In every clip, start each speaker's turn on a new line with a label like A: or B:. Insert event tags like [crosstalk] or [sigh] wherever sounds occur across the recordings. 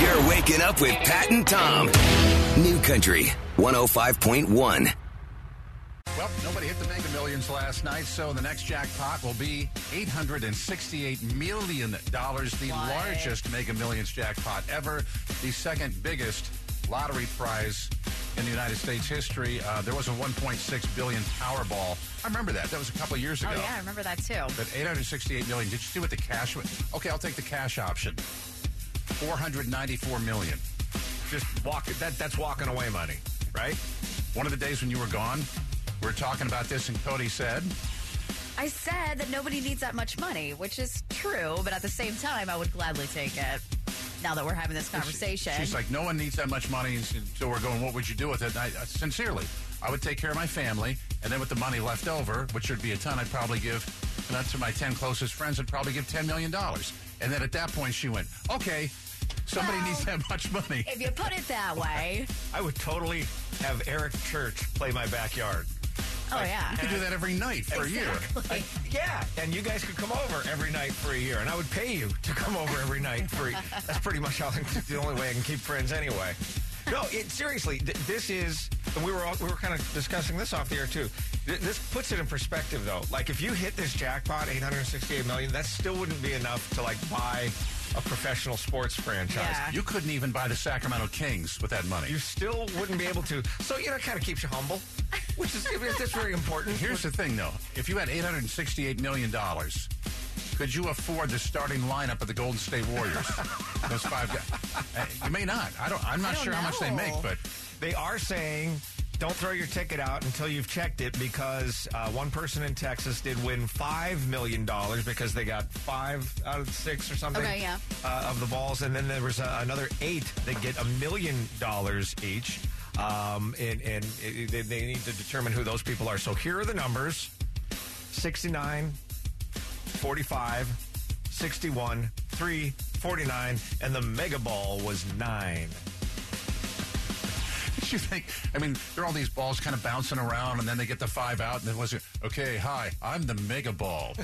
A: You're waking up with Pat and Tom. New Country 105.1.
B: Well, nobody hit the mega millions last night, so the next jackpot will be $868 million, the largest mega millions jackpot ever, the second biggest lottery prize in the United States history. Uh, there was a 1.6 billion Powerball. I remember that. That was a couple of years ago.
C: Oh yeah, I remember that too.
B: But 868 million. Did you see what the cash was? Okay, I'll take the cash option. 494 million. Just walk that that's walking away money, right? One of the days when you were gone, we were talking about this and Cody said,
C: I said that nobody needs that much money, which is true, but at the same time, I would gladly take it. Now that we're having this conversation,
B: she's like, no one needs that much money. So we're going, what would you do with it? And I, I- sincerely, I would take care of my family. And then with the money left over, which would be a ton, I'd probably give you know, to my 10 closest friends. I'd probably give $10 million. And then at that point, she went, okay, somebody
C: Well-
B: needs that much money.
C: if you put it that
D: [laughs]
C: way,
D: I would totally have Eric Church play my backyard.
C: oh yeah,
B: You could do that every night for a year.
D: I- yeah, and you guys could come over every night for a year, and I would pay you to come over every night for. a- That's pretty much how the only way I can keep friends anyway. No, it, seriously, th- this is. And we were all, we were kind of discussing this off the air too. Th- this puts it in perspective though. Like if you hit this jackpot, eight hundred sixty-eight million, that still wouldn't be enough to like buy a professional sports franchise.
C: Yeah.
B: You couldn't even buy the Sacramento Kings with that money.
D: You still wouldn't be able to. So you know, it kind of keeps you humble, which is I mean, that's very important.
B: Here's the thing, though. If you had $868 million, could you afford the starting lineup of the Golden State
C: [laughs]
B: Warriors? Those five guys. Uh, You may not. I don't, I'm not
C: I don't
B: sure how much they
C: know.
B: make, but [laughs]
D: They are saying don't throw your ticket out until you've checked it because uh, one person in Texas did win $5 million because they got five out of six or something
C: Okay, yeah.
D: uh, of the balls. And then there was uh, another eight that get a million dollars each. Um, and and it, they, they need to determine who those people are. So here are the numbers 69, 45, 61, 3, 49, and the mega ball was nine.
B: you think, I mean, there are all these balls kind of bouncing around, and then they get the five out, and then was it, okay, hi, I'm the mega
C: [laughs]
B: ball.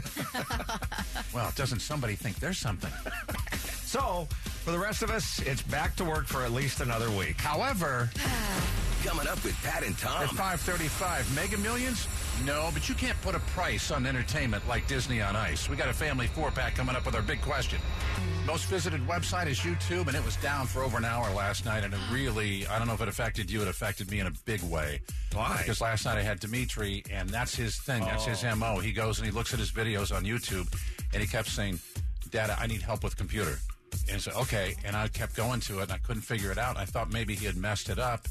B: well, doesn't somebody think there's something?
D: So, for the rest of us, it's back to work for at least another week.
B: However,
A: Coming up with Pat and
B: At
A: Tom.
B: 535, Mega Millions? No, but you can't put a price on entertainment like Disney on Ice. We got a family four pack coming up with our big question. Most visited website is YouTube, and it was down for over an hour last night. And it really, I don't know if it affected you, it affected me in a big way.
D: Why?
B: Because last night I had Dimitri, and that's his thing. That's his MO. He goes and he looks at his videos on YouTube, and he kept saying, Dad, I need help with computer. And so, okay. And I kept going to it, and I couldn't figure it out. I thought maybe he had messed it up.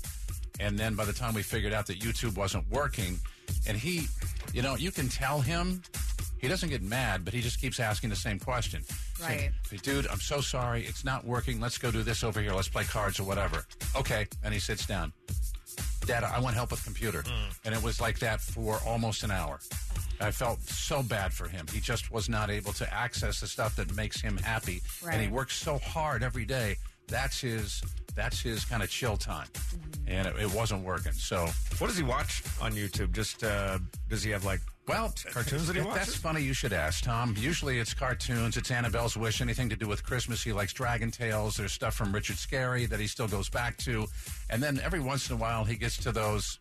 B: And then by the time we figured out that YouTube wasn't working, and he, you know, you can tell him he doesn't get mad, but he just keeps asking the same question. Saying, Dude, I'm so sorry. It's not working. Let's go do this over here. Let's play cards or whatever. Okay. And he sits down. Dad, I want help with computer. And it was like that for almost an hour. I felt so bad for him. He just was not able to access the stuff that makes him happy. And he
C: Right.
B: works so hard every day. That's his that's his kind of chill time. And it, it wasn't working. So
D: What does he watch on YouTube? Just uh, does he have like
B: well,
D: cartoons that he watches?
B: That's funny. You should ask Tom. Usually, it's cartoons. It's Annabelle's Wish. Anything to do with Christmas. He likes Dragon Tales. There's stuff from Richard Scarry that he still goes back to, and then every once in a while he gets to those.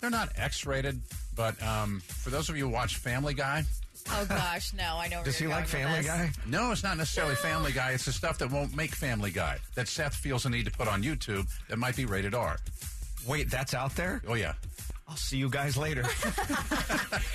B: They're not X-rated, but um, for those of you who watch Family Guy,
C: oh gosh, no, I know. where
D: does he
C: you're
D: like
C: going with
D: Family
C: this.
D: Guy?
B: no, it's not necessarily Family Guy. It's the stuff that won't make Family Guy that Seth feels the need to put on YouTube that might be rated R.
D: Wait, that's out there.
B: Oh yeah.
D: I'll see you guys later.
C: If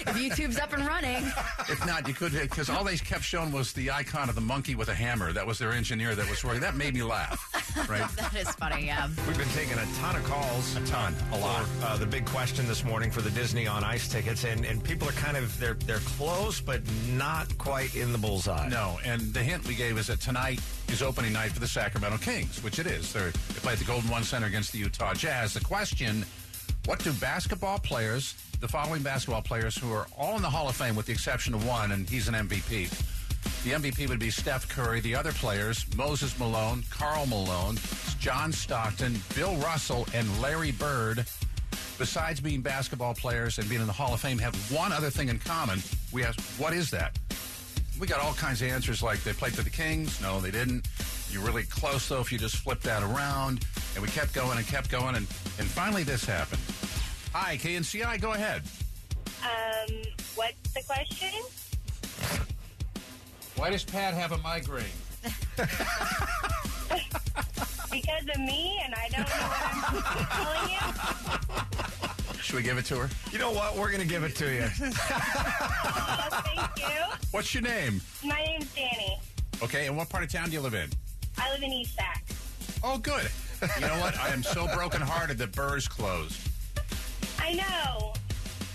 C: YouTube's up and running,
D: [laughs]
B: If not, you could because all they kept showing was the icon of the monkey with a hammer. That was their engineer that was working. That made me laugh. Right.
C: that is funny. Yeah,
D: We've been taking a ton of calls. A
B: ton.
D: A lot. Uh, the big question this morning for the Disney on Ice tickets, and, and people are kind of they're they're close, but not quite in the bullseye.
B: No, and the hint we gave is that tonight is opening night for the Sacramento Kings, which it is. They're, they play at the Golden One Center against the Utah Jazz. The question: What do basketball players, the following basketball players who are all in the Hall of Fame with the exception of one, and he's an MVP. The MVP would be Steph Curry. The other players: Moses Malone, Carl Malone, John Stockton, Bill Russell, and Larry Bird. Besides being basketball players and being in the Hall of Fame, have one other thing in common. We asked, what is that? We got all kinds of answers like they played for the Kings. No, they didn't. You're really close though if you just flip that around. And we kept going and kept going and, and finally this happened. Hi, KNCI, go ahead.
E: Um, what's the question?
B: Why does Pat have a migraine?
E: Because of me, and I don't know what I'm telling you.
B: Should we give it to her?
D: You know what? We're going to give it to you. [laughs]
E: Well, thank you.
B: What's your name?
E: My name's Danny.
B: Okay, and what part of town do you live in?
E: I live in East Sac.
B: Oh, good. You know what? [laughs] I am so brokenhearted that Burr's closed.
E: I know.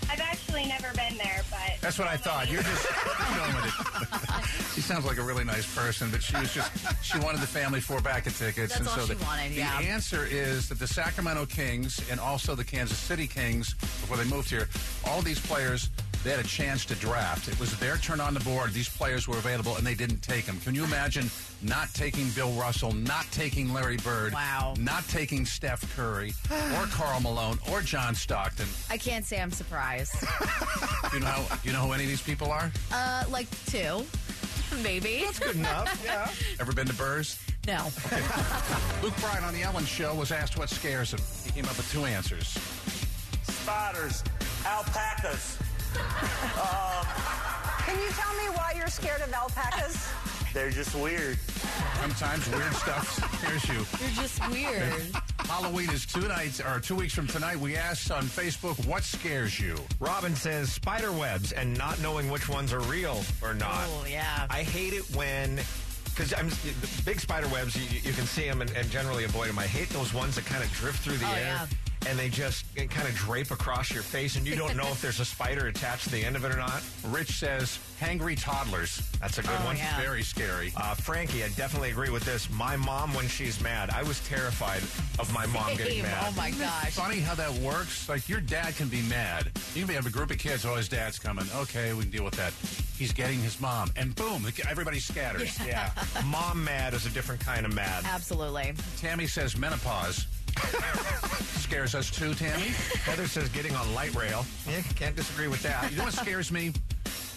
E: I've actually never been there, but
B: That's what I thought. You're just you're going with it. [laughs] she sounds like a really nice person, but she was just she wanted the family four packet tickets,
C: That's
B: and
C: all
B: so
C: she
B: the,
C: wanted,
B: the
C: yeah.
B: answer is that the Sacramento Kings and also the Kansas City Kings, before they moved here, all these players. They had a chance to draft. It was their turn on the board. These players were available, and they didn't take them. Can you imagine not taking Bill Russell, not taking Larry Bird,
C: Wow.
B: not taking Steph Curry, or Carl Malone, or John Stockton?
C: I can't say I'm surprised.
B: Do you know how, do you know who any of these people are?
C: Uh, like two, [laughs] maybe.
D: Good enough. Yeah.
B: Ever been to Burr's?
C: [laughs] No.
B: Luke Bryan on the Ellen Show was asked what scares him. He came up with two answers.
F: spiders, alpacas.
G: Can you tell me why you're scared of alpacas?
F: They're just weird.
B: Sometimes
C: [laughs]
B: weird stuff scares you.
C: You're
D: [laughs]
C: just weird.
B: Halloween is two nights or two weeks from tonight. We asked on Facebook what scares you.
D: Robin says spider webs and not knowing which ones are real or not.
C: Oh, yeah.
D: I hate it when. Because I'm the big spider webs, you, you can see them and, and generally avoid them. I hate those ones that kind of drift through the
C: Oh,
D: air
C: yeah.
D: and they just kind of drape across your face, and you don't know if there's a spider attached to the end of it or not.
B: Rich says hangry toddlers.
D: That's a good one.
C: Oh, yeah.
B: Very scary.
D: Uh, Frankie, I definitely agree with this. My mom, when she's mad, I was terrified of my mom getting
C: Same.
D: mad.
C: Oh my gosh.
B: Funny how that works. Like your dad can be mad. You can be have a group of kids. Oh, his dad's coming. Okay, we can deal with that. He's getting his mom, and boom, the- everybody scatters.
D: Yeah. Mom mad is a different kind of mad.
C: [laughs] Absolutely.
B: Tammy says
C: [laughs]
B: menopause scares us too. Tammy.
D: Heather says getting on light rail. Yeah, can't disagree with that.
B: You know what scares me?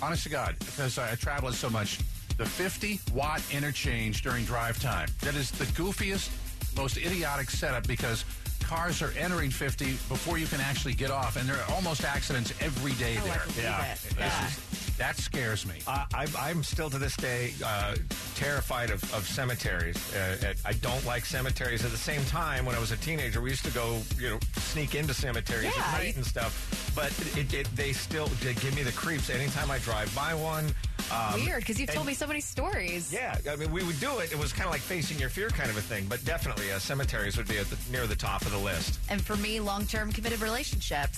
B: Honest to God, because I travel so much, the 50 watt interchange during drive time. That is the goofiest, most idiotic setup because cars are entering 50 before you can actually get off, and there are almost accidents every day
C: Oh, I
B: there.
C: believe
D: Yeah.
C: it.
D: This
C: Yeah.
B: that scares me.
D: I, I, I'm still to this day uh, terrified of, of cemeteries. Uh, at- I don't like cemeteries. At the same time, when I was a teenager, we used to go, you know, sneak into cemeteries
C: Yeah.
D: at night and stuff. But it, it, they still they give me the creeps anytime I drive by one. Um,
C: Weird, because you've
D: and-
C: told me so many stories.
D: Yeah, I mean, we would do it. It was kind of like facing your fear kind of a thing, but definitely uh, cemeteries would be at the, near the top of the list.
C: And for me, long term committed relationships.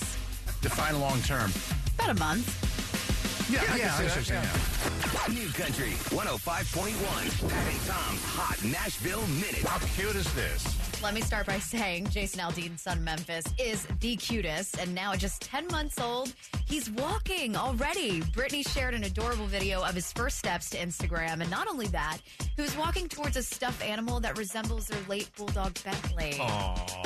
B: Define long term.
C: About a month.
B: Yeah,
D: I can see that, yeah.
A: New Country 105.1. Pat and Tom's Hot Nashville Minute.
B: How cute is this?
C: Let me start by saying Jason Aldean's son Memphis is the cutest, and now at just 10 months old, he's walking already. Brittany shared an adorable video of his first steps to Instagram, and not only that, he was walking towards a stuffed animal that resembles their late bulldog Bentley.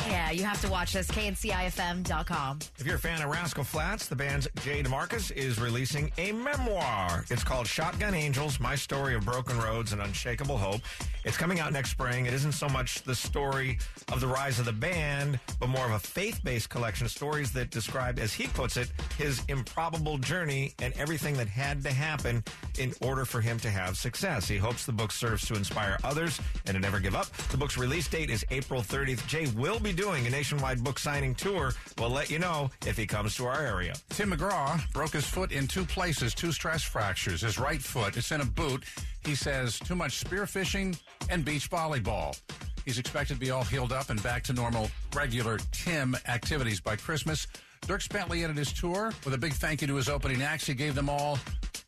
C: Yeah, you have to watch this. KNCIFM.com.
D: If you're a fan of Rascal Flats, the band's Jay DeMarcus is releasing a memoir. It's called Shotgun Angels My Story of Broken Roads and Unshakable Hope. It's coming out next spring. It isn't so much the story of the rise of the band, but more of a faith based collection of stories that describe, as he puts it, his improbable journey and everything that had to happen in order for him to have success. He hopes the book serves to inspire others and to never give up. The book's release date is April 30th. Jay will be doing a nationwide book signing tour. We'll let you know if he comes to our area.
B: Tim McGraw broke his foot in two places, two stress fractures. His right foot, it's in a boot. He says too much spearfishing and beach volleyball. He's expected to be all healed up and back to normal, regular Tim activities by Christmas. Dirk Bentley ended his tour with a big thank you to his opening acts. He gave them all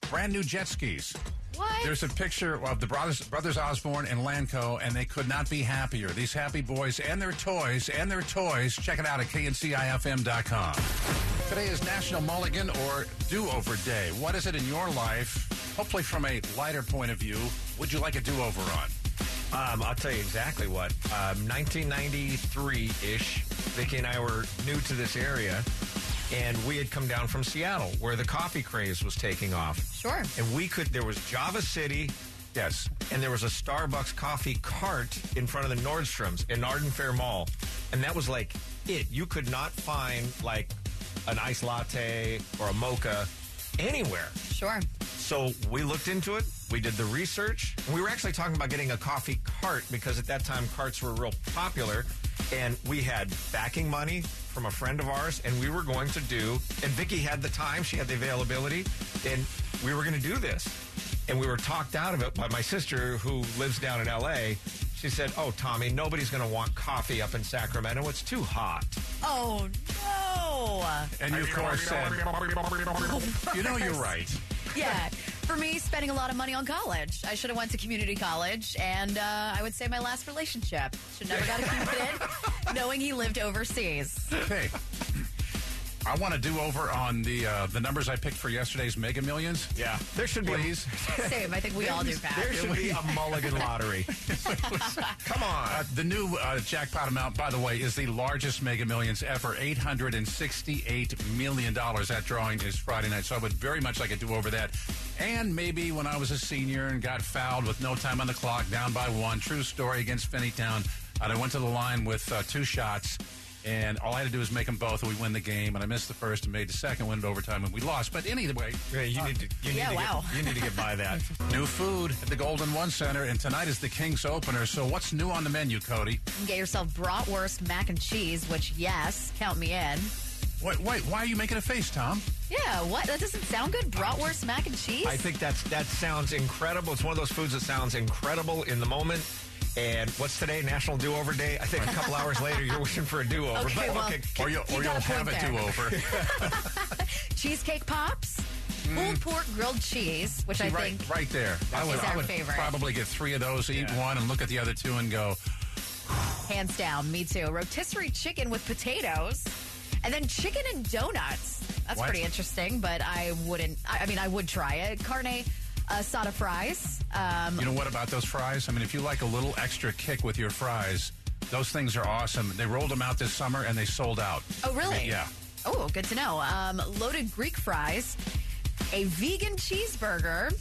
B: brand new jet skis.
C: What?
B: There's a picture of the brothers, brothers Osborne and Lanco, and they could not be happier. These happy boys and their toys and their toys. Check it out at kncifm.com. Today is National Mulligan or Do Over Day. What is it in your life? Hopefully, from a lighter point of view, would you like a do over on?
D: Um, I'll tell you exactly what. Um, 1993-ish, Vicki and I were new to this area, and we had come down from Seattle, where the coffee craze was taking off.
C: Sure.
D: And we could. There was Java City,
B: Yes.
D: and there was a Starbucks coffee cart in front of the Nordstrom's in Arden Fair Mall, and that was like it. You could not find like an iced latte or a mocha anywhere.
C: Sure.
D: So we looked into it. We did the research. And we were actually talking about getting a coffee cart because at that time carts were real popular. And we had backing money from a friend of ours, and we were going to do. And Vicky had the time; she had the availability, and we were going to do this. And we were talked out of it by my sister, who lives down in L.A. She said, "Oh, Tommy, nobody's going to want coffee up in Sacramento. It's too hot."
C: Oh no.
B: And you, of course, said, you know, you're right.
C: Yeah. For me, spending a lot of money on college. I should have went to community college, and uh, I would say my last relationship should never got a
D: [laughs]
C: cupid, knowing he lived overseas.
B: Hey, I want to do over on the uh, the numbers I picked for yesterday's Mega Millions.
D: Yeah, there should be.
B: Please.
C: Same. I think we all do, Pat.
D: There should be a mulligan lottery. Come on.
B: Uh, the new uh, jackpot amount, by the way, is the largest Mega Millions ever, eight hundred and sixty-eight million dollars. That drawing is Friday night, so I would very much like to do over that. And maybe when I was a senior and got fouled with no time on the clock, down by one, true story against Finneytown, and I went to the line with uh, two shots. And all I had to do was make them both, and we win the game. And I missed the first and made the second, win it overtime, and we lost. But either way,
D: Yeah, you need to. You
C: yeah,
D: need to
C: wow.
D: Get, you need to get by that.
B: new food at the Golden One Center, and tonight is the Kings opener. So what's new on the menu, Cody?
C: You can get yourself bratwurst, mac and cheese, which, yes, count me in.
B: Wait, wait, why are you making a face, Tom?
C: Yeah, what? That doesn't sound good. Bratwurst, mac and cheese?
D: [laughs] I think that's that sounds incredible. It's one of those foods that sounds incredible in the moment. And what's today? National Do Over Day. I think a couple hours later, you're wishing for a do over.
C: Okay, well-
B: Or you'll,
C: You
B: or
C: got
B: you'll
C: a
B: have
C: point
B: a
C: there.
B: do
C: [laughs]
B: over.
C: Cheesecake pops,
D: Mm.
C: pulled pork grilled cheese, which I
B: right,
C: think
B: right there. I would,
C: is our
B: I would
C: favorite.
B: probably get three of those, eat one, and look at the other two and go,
C: Hands down, me too. Rotisserie chicken with potatoes, and then chicken and donuts. That's
B: What?
C: pretty interesting, but I wouldn't. I, I mean, I would try it. Carne uh, asada fries. Um,
B: you know what about those fries? I mean, if you like a little extra kick with your fries, those things are awesome. They rolled them out this summer and they sold out.
C: oh, really?
B: Yeah.
C: Oh, good to know. Um, loaded Greek fries, a vegan cheeseburger,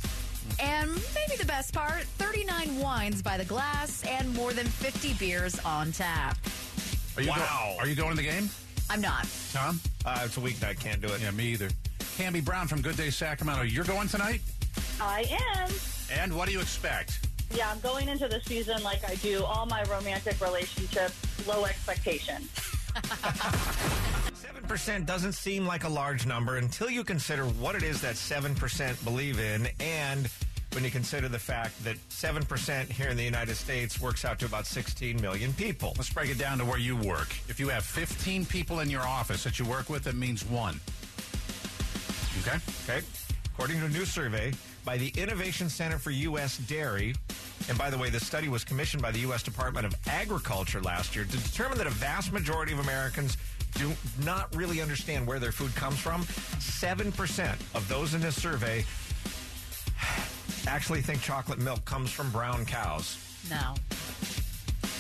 C: and maybe the best part 39 wines by the glass and more than 50 beers on tap.
B: Are you
D: Wow.
B: Go- are you going to the game,
C: I'm not.
B: Tom?
D: Uh, it's a weeknight. Can't do it.
B: Yeah, me either. Cammy Brown from Good Day Sacramento. You're going tonight?
H: I am.
B: And what do you expect?
H: Yeah, I'm going into the season like I do all my romantic relationships, low expectations.
D: Seven percent doesn't seem like a large number until you consider what it is that seven percent believe in, and when you consider the fact that seven percent here in the United States works out to about 16 million people.
B: Let's break it down to where you work. If you have 15 people in your office that you work with, it means one. Okay?
D: Okay. According to a new survey by the Innovation Center for U.S. Dairy, and by the way, this study was commissioned by the U.S. Department of Agriculture last year to determine that a vast majority of Americans do not really understand where their food comes from. 7% of those in this survey actually think chocolate milk comes from brown cows.
C: No.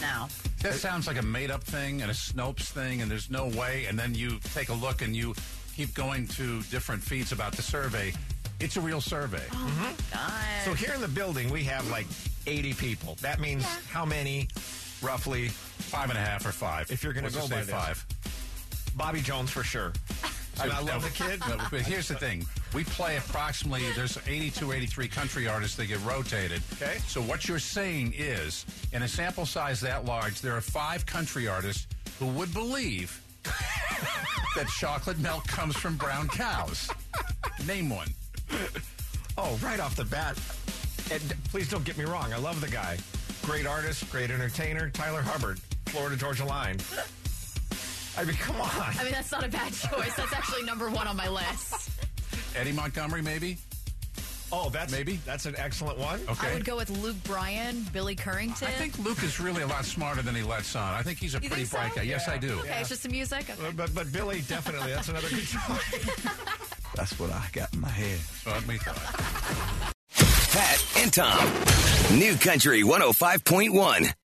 C: No.
B: That sounds like a made up thing and a Snopes thing, and there's no way. And then you take a look and you keep going to different feeds about the survey. It's a real survey.
C: God.
D: So here in the building, we have like 80 people. That means how many, roughly?
B: Five and a half or five.
D: If you're gonna
B: Let's just
D: go
B: say
D: by this.
B: five.
D: Bobby Jones for sure. I, mean, I love the kid.
B: No, but here's the thing. We play approximately, there's 82, 83 country artists that get rotated.
D: Okay.
B: So what you're saying is, in a sample size that large, there are five country artists who would believe [laughs] that chocolate milk comes from brown cows. Name one.
D: Oh, right off the bat. And please don't get me wrong. I love the guy. Great artist, great entertainer. Tyler Hubbard, Florida Georgia Line. I mean, come on.
C: I mean, that's not a bad [laughs] choice. That's actually number one on my list.
B: Eddie Montgomery, maybe?
D: Oh, that's
B: Maybe.
D: that's an excellent one.
B: Okay.
C: I would go with Luke Bryan, Billy Currington.
B: I think Luke is really a lot smarter than he lets on. I think he's a
C: You
B: pretty
C: think so?
B: bright guy. Yes, I do.
C: Okay, it's just the music. Okay.
D: But but Billy definitely. That's another good [laughs] choice.
A: That's what I got in my head.
B: But we
A: oh
B: thought.
A: Pat and Tom. New Country 105.1.